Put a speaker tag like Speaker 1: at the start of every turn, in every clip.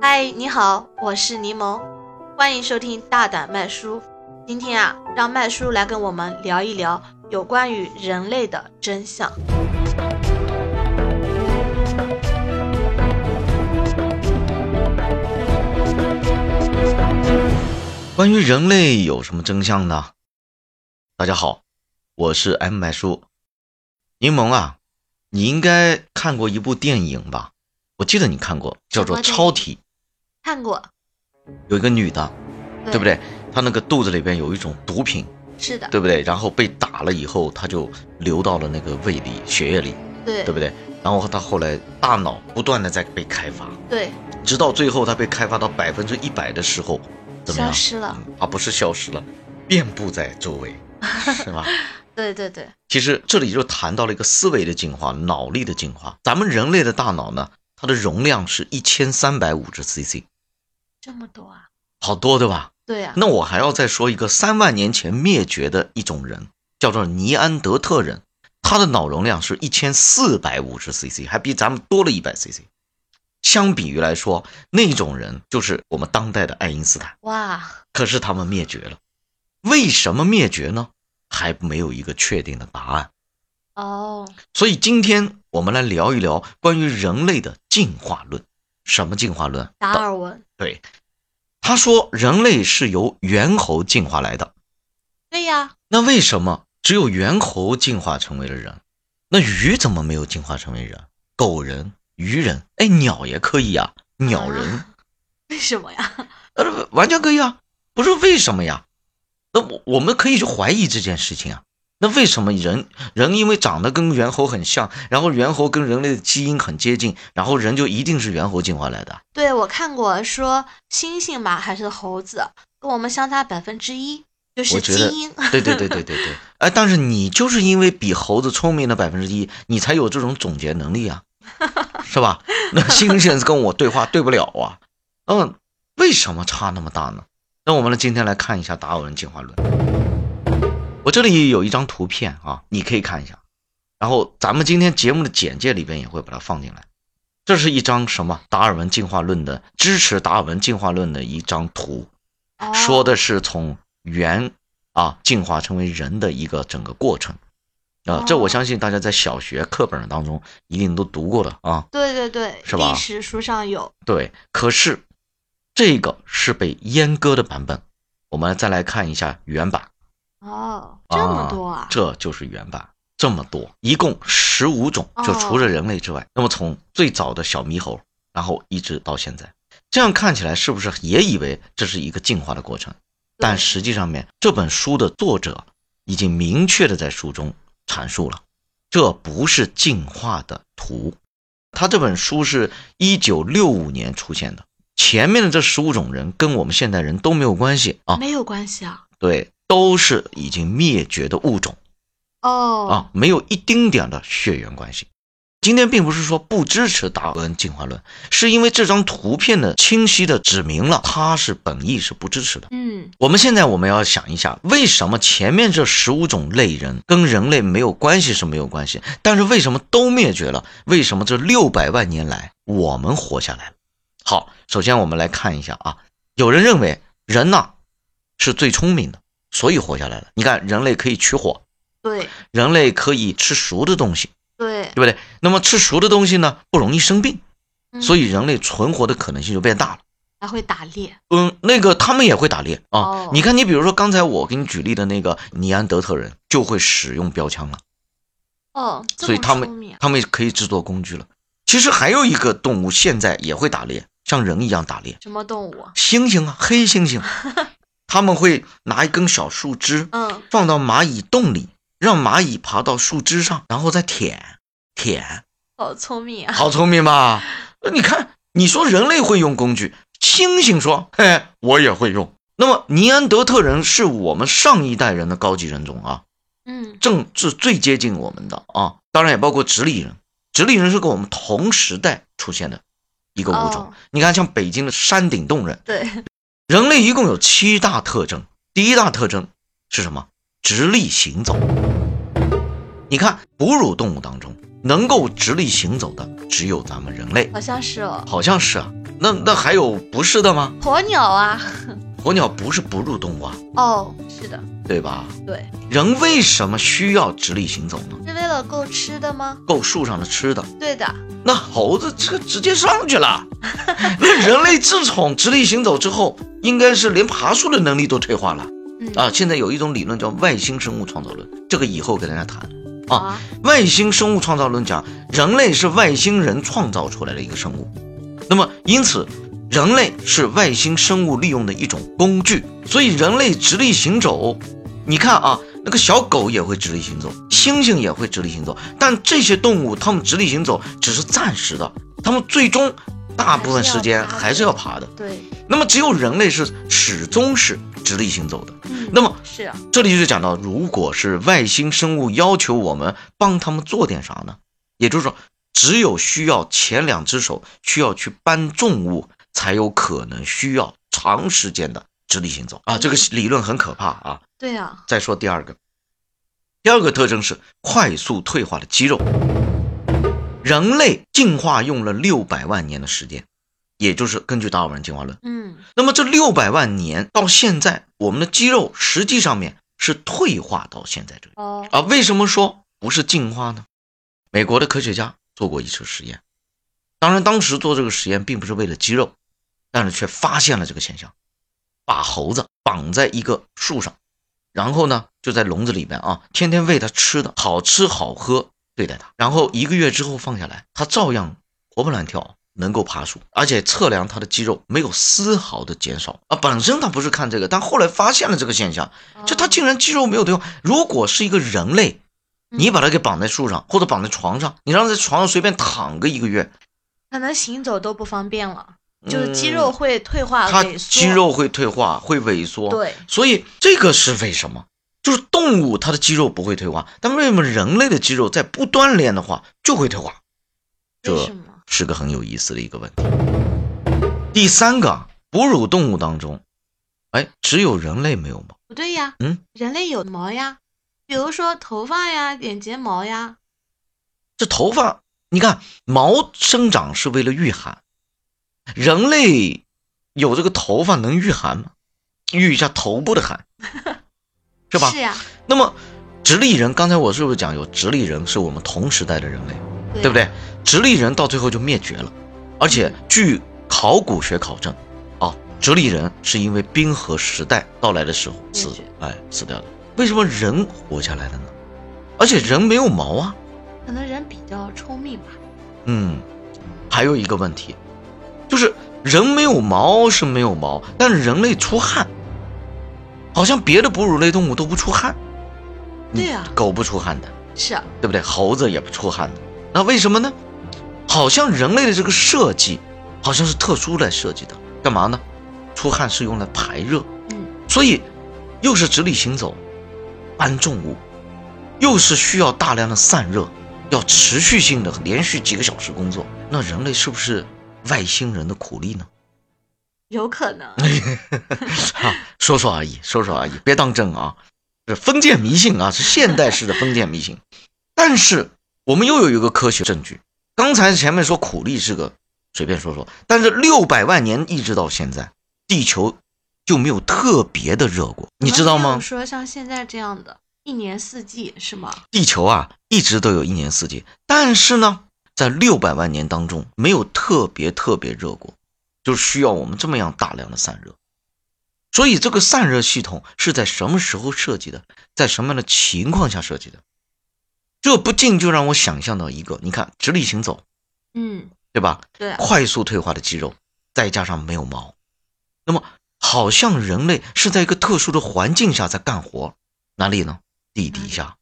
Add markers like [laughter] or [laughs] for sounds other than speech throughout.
Speaker 1: 嗨，你好，我是柠檬，欢迎收听大胆麦叔。今天啊，让麦叔来跟我们聊一聊有关于人类的真相。
Speaker 2: 关于人类有什么真相呢？大家好，我是 M 麦叔。柠檬啊，你应该看过一部电影吧？我记得你看过，叫做
Speaker 1: 什么
Speaker 2: 《
Speaker 1: 电影
Speaker 2: 超体
Speaker 1: 看过，》，
Speaker 2: 有一个女的，
Speaker 1: 对
Speaker 2: 对不？对？她那个肚子里边有一种毒品，
Speaker 1: 是的，
Speaker 2: 对不对？然后被打了以后，她就流到了那个胃里、血液里，
Speaker 1: 对
Speaker 2: 对不对？然后她后来大脑不断的在被开发，
Speaker 1: 对
Speaker 2: 直到最后她被开发到百分之一百的时候，怎么
Speaker 1: 消
Speaker 2: 样？嗯
Speaker 1: 失了，
Speaker 2: 而啊不是消失了，遍布在周围，是吧？
Speaker 1: 对对对，
Speaker 2: 其实这里就谈到了一个思维的进化、脑力的进化。咱们人类的大脑呢，它的容量是一千三百五十 CC，
Speaker 1: 这么多啊？
Speaker 2: 好多对吧？
Speaker 1: 对啊，
Speaker 2: 那我还要再说一个三万年前灭绝的一种人，叫做尼安德特人，他的脑容量是一千四百五十 CC，还比咱们多了一百 CC。相比于来说，那种人就是我们当代的爱因斯坦。
Speaker 1: 哇，
Speaker 2: 可是他们灭绝了，为什么灭绝呢？还没有一个确定的答案。
Speaker 1: 哦，
Speaker 2: 所以今天我们来聊一聊关于人类的进化论。什么进化论？
Speaker 1: 达尔文，
Speaker 2: 对，他说人类是由猿猴进化来的。
Speaker 1: 对呀、
Speaker 2: 那为什么只有猿猴进化成为了人？那鱼怎么没有进化成为人？狗人、鱼人，哎，鸟也可以呀、鸟人。
Speaker 1: 啊为什么呀？
Speaker 2: 呃，完全可以啊，不是为什么呀？那我我们可以去怀疑这件事情啊。那为什么人人因为长得跟猿猴很像，然后猿猴跟人类的基因很接近，然后人就一定是猿猴进化来的？啊
Speaker 1: 对，我看过说猩猩吧还是猴子，跟我们相差百分之一，就是
Speaker 2: 我觉得
Speaker 1: 基因。
Speaker 2: [laughs] 对对对对对对。哎，但是你就是因为比猴子聪明了百分之一，你才有这种总结能力啊，是吧？那猩猩跟我对话对不了啊。嗯，为什么差那么大呢？那我们来今天来看一下达尔文进化论。我这里有一张图片啊，你可以看一下。然后咱们今天节目的简介里边也会把它放进来。这是一张什么达尔文进化论的支持达尔文进化论的一张图。
Speaker 1: 哦
Speaker 2: 说的是从猿啊进化成为人的一个整个过程。啊、这
Speaker 1: 哦
Speaker 2: 我相信大家在小学课本当中一定都读过的啊。
Speaker 1: 对对对，
Speaker 2: 是吧
Speaker 1: 历史书上有，
Speaker 2: 对，可是这个是被阉割的版本，我们再来看一下原版。
Speaker 1: 哦，这么多啊？
Speaker 2: 这就是原版，这么多，一共十五种，就
Speaker 1: 哦
Speaker 2: 除了人类之外。那么从最早的小猕猴，然后一直到现在，这样看起来是不是也以为这是一个进化的过程？但实际上面，这本书的作者已经明确的在书中阐述了，这不是进化的图。他这本书是一九六五年出现的，前面的这十五种人跟我们现代人都没有关系啊，
Speaker 1: 没有关系啊。
Speaker 2: 对，都是已经灭绝的物种。
Speaker 1: 哦，
Speaker 2: 啊，没有一丁点的血缘关系。今天并不是说不支持达尔文进化论，是因为这张图片呢清晰的指明了它是本意是不支持的。
Speaker 1: 嗯，
Speaker 2: 我们现在我们要想一下，为什么前面这十五种类人跟人类没有关系是没有关系，但是为什么都灭绝了？为什么这六百万年来我们活下来了？好，首先我们来看一下啊，有人认为人呐、是最聪明的，所以活下来了。你看，人类可以取火，
Speaker 1: 对
Speaker 2: 人类可以吃熟的东西，
Speaker 1: 对
Speaker 2: 对，不对？那么吃熟的东西呢，不容易生病，
Speaker 1: 嗯
Speaker 2: 所以人类存活的可能性就变大了。
Speaker 1: 还会打猎。
Speaker 2: 嗯，那个他们也会打猎啊。
Speaker 1: 哦
Speaker 2: 你看，你比如说刚才我给你举例的那个尼安德特人，就会使用标枪了，
Speaker 1: 哦，这
Speaker 2: 所以
Speaker 1: 么
Speaker 2: 他
Speaker 1: 聪明
Speaker 2: 们
Speaker 1: 啊
Speaker 2: 他们可以制作工具了。其实还有一个动物现在也会打猎，像人一样打猎，
Speaker 1: 什么动物啊？
Speaker 2: 猩猩啊，黑
Speaker 1: [laughs]
Speaker 2: 猩猩，他们会拿一根小树枝，
Speaker 1: 嗯，
Speaker 2: 放到蚂蚁洞里，让蚂蚁爬到树枝上，然后再舔舔。
Speaker 1: 好聪明啊！
Speaker 2: 好聪明吧？呃你看，你说人类会用工具，猩猩说：“嘿，我也会用。”那么尼安德特人是我们上一代人的高级人种啊，
Speaker 1: 嗯，
Speaker 2: 正是最接近我们的啊，当然也包括直立人。直立人是跟我们同时代出现的一个物种。
Speaker 1: 哦
Speaker 2: 你看，像北京的山顶洞人，
Speaker 1: 对，
Speaker 2: 人类一共有七大特征，第一大特征是什么？直立行走。你看，哺乳动物当中能够直立行走的只有咱们人类，
Speaker 1: 好像是哦。
Speaker 2: 好像是啊。那那还有不是的吗？
Speaker 1: 鸵鸟啊，
Speaker 2: 鸵鸟不是哺乳动物啊，
Speaker 1: 哦，是的，
Speaker 2: 对吧？
Speaker 1: 对，
Speaker 2: 人为什么需要直立行走呢？
Speaker 1: 是为了够吃的吗？
Speaker 2: 够树上的吃的。
Speaker 1: 对的，
Speaker 2: 那猴子这个直接上去了。那人类自从直立行走之后，应该是连爬树的能力都退化了
Speaker 1: 嗯
Speaker 2: 啊！现在有一种理论叫外星生物创造论，这个以后给大家谈。
Speaker 1: 好啊，
Speaker 2: 外星生物创造论讲，人类是外星人创造出来的一个生物，那么因此，人类是外星生物利用的一种工具，所以人类直立行走，你看啊，那个小狗也会直立行走，猩猩也会直立行走，但这些动物它们直立行走只是暂时的，它们最终大部分时间还是要爬的。
Speaker 1: 对，
Speaker 2: 那么只有人类是始终是直立行走的。
Speaker 1: 嗯，
Speaker 2: 那么
Speaker 1: 是啊，
Speaker 2: 这里就讲到，如果是外星生物要求我们帮他们做点啥呢？也就是说，只有需要前两只手需要去搬重物，才有可能需要长时间的直立行走啊。这个理论很可怕啊。
Speaker 1: 对啊，
Speaker 2: 再说第二个，第二个特征是快速退化的肌肉。人类进化用了六百万年的时间，也就是根据达尔文进化论。
Speaker 1: 嗯，
Speaker 2: 那么这六百万年到现在，我们的肌肉实际上面是退化到现在这里
Speaker 1: 哦，
Speaker 2: 啊？为什么说不是进化呢？美国的科学家做过一次实验，当然当时做这个实验并不是为了肌肉，但是却发现了这个现象，把猴子绑在一个树上，然后呢就在笼子里边啊，天天喂它吃的好吃好喝对待它，然后一个月之后放下来，它照样活蹦乱跳，能够爬树，而且测量它的肌肉没有丝毫的减少啊。本身他不是看这个，但后来发现了这个现象，啊就它
Speaker 1: 哦
Speaker 2: 竟然肌肉没有退化。如果是一个人
Speaker 1: 嗯
Speaker 2: 类，你把它给绑在树上或者绑在床上，你让它在床上随便躺个一个月，
Speaker 1: 可能行走都不方便了，就是肌
Speaker 2: 嗯
Speaker 1: 肉会退化
Speaker 2: 它
Speaker 1: 萎缩，
Speaker 2: 肌肉会退化，会萎缩。
Speaker 1: 对，
Speaker 2: 所以这个是为什么？就是动物它的肌肉不会退化，但为什么人类的肌肉在不锻炼的话就会退化？这
Speaker 1: 为什么？
Speaker 2: 是个很有意思的一个问题。第三个啊，哺乳动物当中，哎，只有人类没有毛。
Speaker 1: 不对呀，
Speaker 2: 嗯，
Speaker 1: 人类有毛呀，比如说头发呀、眼睫毛呀，
Speaker 2: 这头发，你看毛生长是为了御寒，人类有这个头发能御寒吗？御一下头部的寒，是吧？
Speaker 1: 是呀，
Speaker 2: 那么直立人，刚才我是不是讲有直立人是我们同时代的人类？
Speaker 1: 对
Speaker 2: 对不
Speaker 1: 呀？
Speaker 2: 对？直立人到最后就灭绝了，而且据考古学考证，啊，直立人是因为冰河时代到来的时候死
Speaker 1: 灭绝，
Speaker 2: 哎，死掉的。为什么人活下来了呢？而且人没有毛啊。
Speaker 1: 可能人比较聪明吧，
Speaker 2: 嗯，还有一个问题，就是人没有毛是没有毛，但是人类出汗，好像别的哺乳类动物都不出汗。
Speaker 1: 对啊
Speaker 2: 嗯狗不出汗的。
Speaker 1: 是啊，
Speaker 2: 对不对？猴子也不出汗的，那为什么呢？好像人类的这个设计，好像是特殊来设计的，干嘛呢？出汗是用来排热，
Speaker 1: 嗯，
Speaker 2: 所以又是直立行走，搬重物，又是需要大量的散热，要持续性的连续几个小时工作，那人类是不是外星人的苦力呢？
Speaker 1: 有可
Speaker 2: 哎
Speaker 1: 能，
Speaker 2: 啊，说说而已，说说而已，别当真啊！是封建迷信啊，是现代式的封建迷信。但是我们又有一个科学证据，刚才前面说苦力是个随便说说，但是六百万年一直到现在，地球就没有特别的热过，你知道
Speaker 1: 我们没有
Speaker 2: 吗？
Speaker 1: 说像现在这样的，一年四季是吗？
Speaker 2: 地球啊一直都有一年四季，但是呢，在六百万年当中没有特别特别热过，就需要我们这么样大量的散热。所以这个散热系统是在什么时候设计的，在什么样的情况下设计的？这不禁就让我想象到一个，你看直立行走，
Speaker 1: 嗯，
Speaker 2: 对吧？
Speaker 1: 对啊，
Speaker 2: 快速退化的肌肉，再加上没有毛，那么好像人类是在一个特殊的环境下在干活，哪里呢？地底下。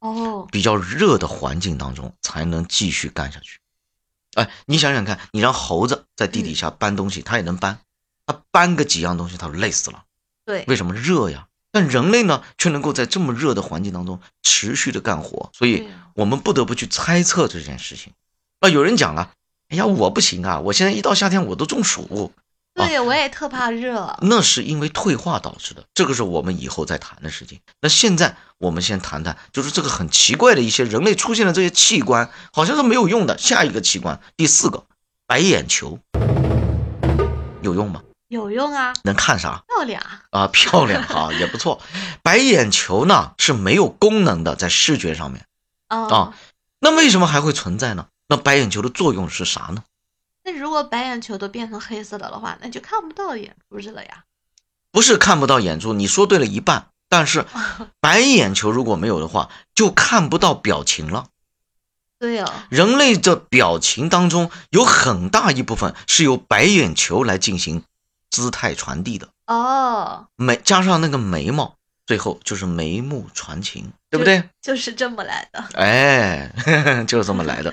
Speaker 1: 哦，
Speaker 2: 比较热的环境当中才能继续干下去。哎，你想想看，你让猴子在地底下搬东西，它也能搬，它搬个几样东西，它累死了。
Speaker 1: 对，
Speaker 2: 为什么热呀？但人类呢，却能够在这么热的环境当中持续的干活，所以
Speaker 1: 对啊
Speaker 2: 我们不得不去猜测这件事情。啊，有人讲了，哎呀，我不行啊，我现在一到夏天我都中暑，啊
Speaker 1: 对，我也特怕热，
Speaker 2: 那是因为退化导致的，这个是我们以后再谈的事情。那现在我们先谈谈，就是这个很奇怪的一些人类出现的这些器官，好像是没有用的。下一个器官，第四个，白眼球。有用吗？
Speaker 1: 有用啊，
Speaker 2: 能看啥？
Speaker 1: 漂亮啊，
Speaker 2: 啊，漂亮哈、也不错。白眼球呢是没有功能的，在视觉上面，
Speaker 1: 嗯
Speaker 2: 啊那为什么还会存在呢？那白眼球的作用是啥呢？
Speaker 1: 那如果白眼球都变成黑色的的话，那就看不到眼珠子了呀。
Speaker 2: 不是看不到眼珠，你说对了一半，但是白眼球如果没有的话，就看不到表情了。
Speaker 1: 对哦，
Speaker 2: 人类的表情当中有很大一部分是由白眼球来进行姿态传递的，
Speaker 1: 哦，
Speaker 2: 眉加上那个眉毛，最后就是眉目传情，对不
Speaker 1: 就
Speaker 2: 对？
Speaker 1: 就是这么来的。
Speaker 2: 哎， [laughs] 就是这么来的。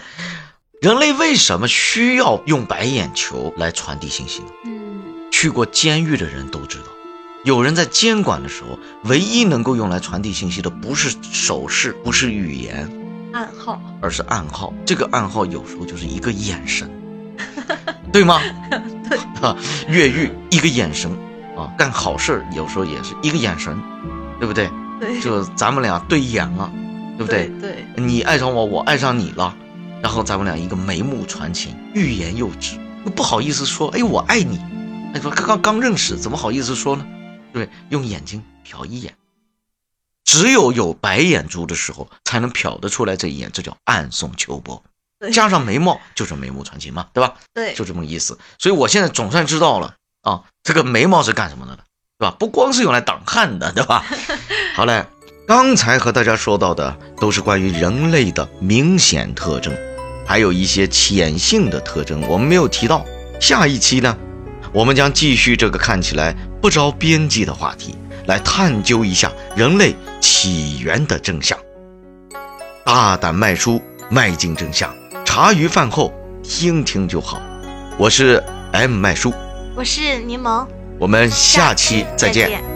Speaker 2: 人类为什么需要用白眼球来传递信息呢？
Speaker 1: 嗯，
Speaker 2: 去过监狱的人都知道，有人在监管的时候，唯一能够用来传递信息的不是手势，不是语言，
Speaker 1: 暗号。
Speaker 2: 而是暗号。这个暗号有时候就是一个眼神，对吗？
Speaker 1: 对
Speaker 2: 啊，越狱一个眼神啊，干好事儿有时候也是一个眼神，对不对？
Speaker 1: 对，
Speaker 2: 就咱们俩对眼了，对不对？
Speaker 1: 对对，
Speaker 2: 你爱上我，我爱上你了，然后咱们俩一个眉目传情，欲言又止，又不好意思说，哎，我爱你。哎，说刚刚刚认识，怎么好意思说呢？对，用眼睛瞟一眼，只有有白眼珠的时候，才能瞟得出来这一眼，这叫暗送秋波。
Speaker 1: 对
Speaker 2: 加上眉毛，就是眉目传情嘛，对吧？
Speaker 1: 对
Speaker 2: 就这么个意思。所以我现在总算知道了啊，这个眉毛是干什么的了，对吧？不光是用来挡汗的，对吧？ [laughs] 好嘞，刚才和大家说到的都是关于人类的明显特征，还有一些潜性的特征我们没有提到。下一期呢，我们将继续这个看起来不着边际的话题，来探究一下人类起源的真相。大胆迈出，迈进真相。茶余饭后听听就好。我是 M 麦叔，
Speaker 1: 我是柠檬，
Speaker 2: 我们下期再见。
Speaker 1: 见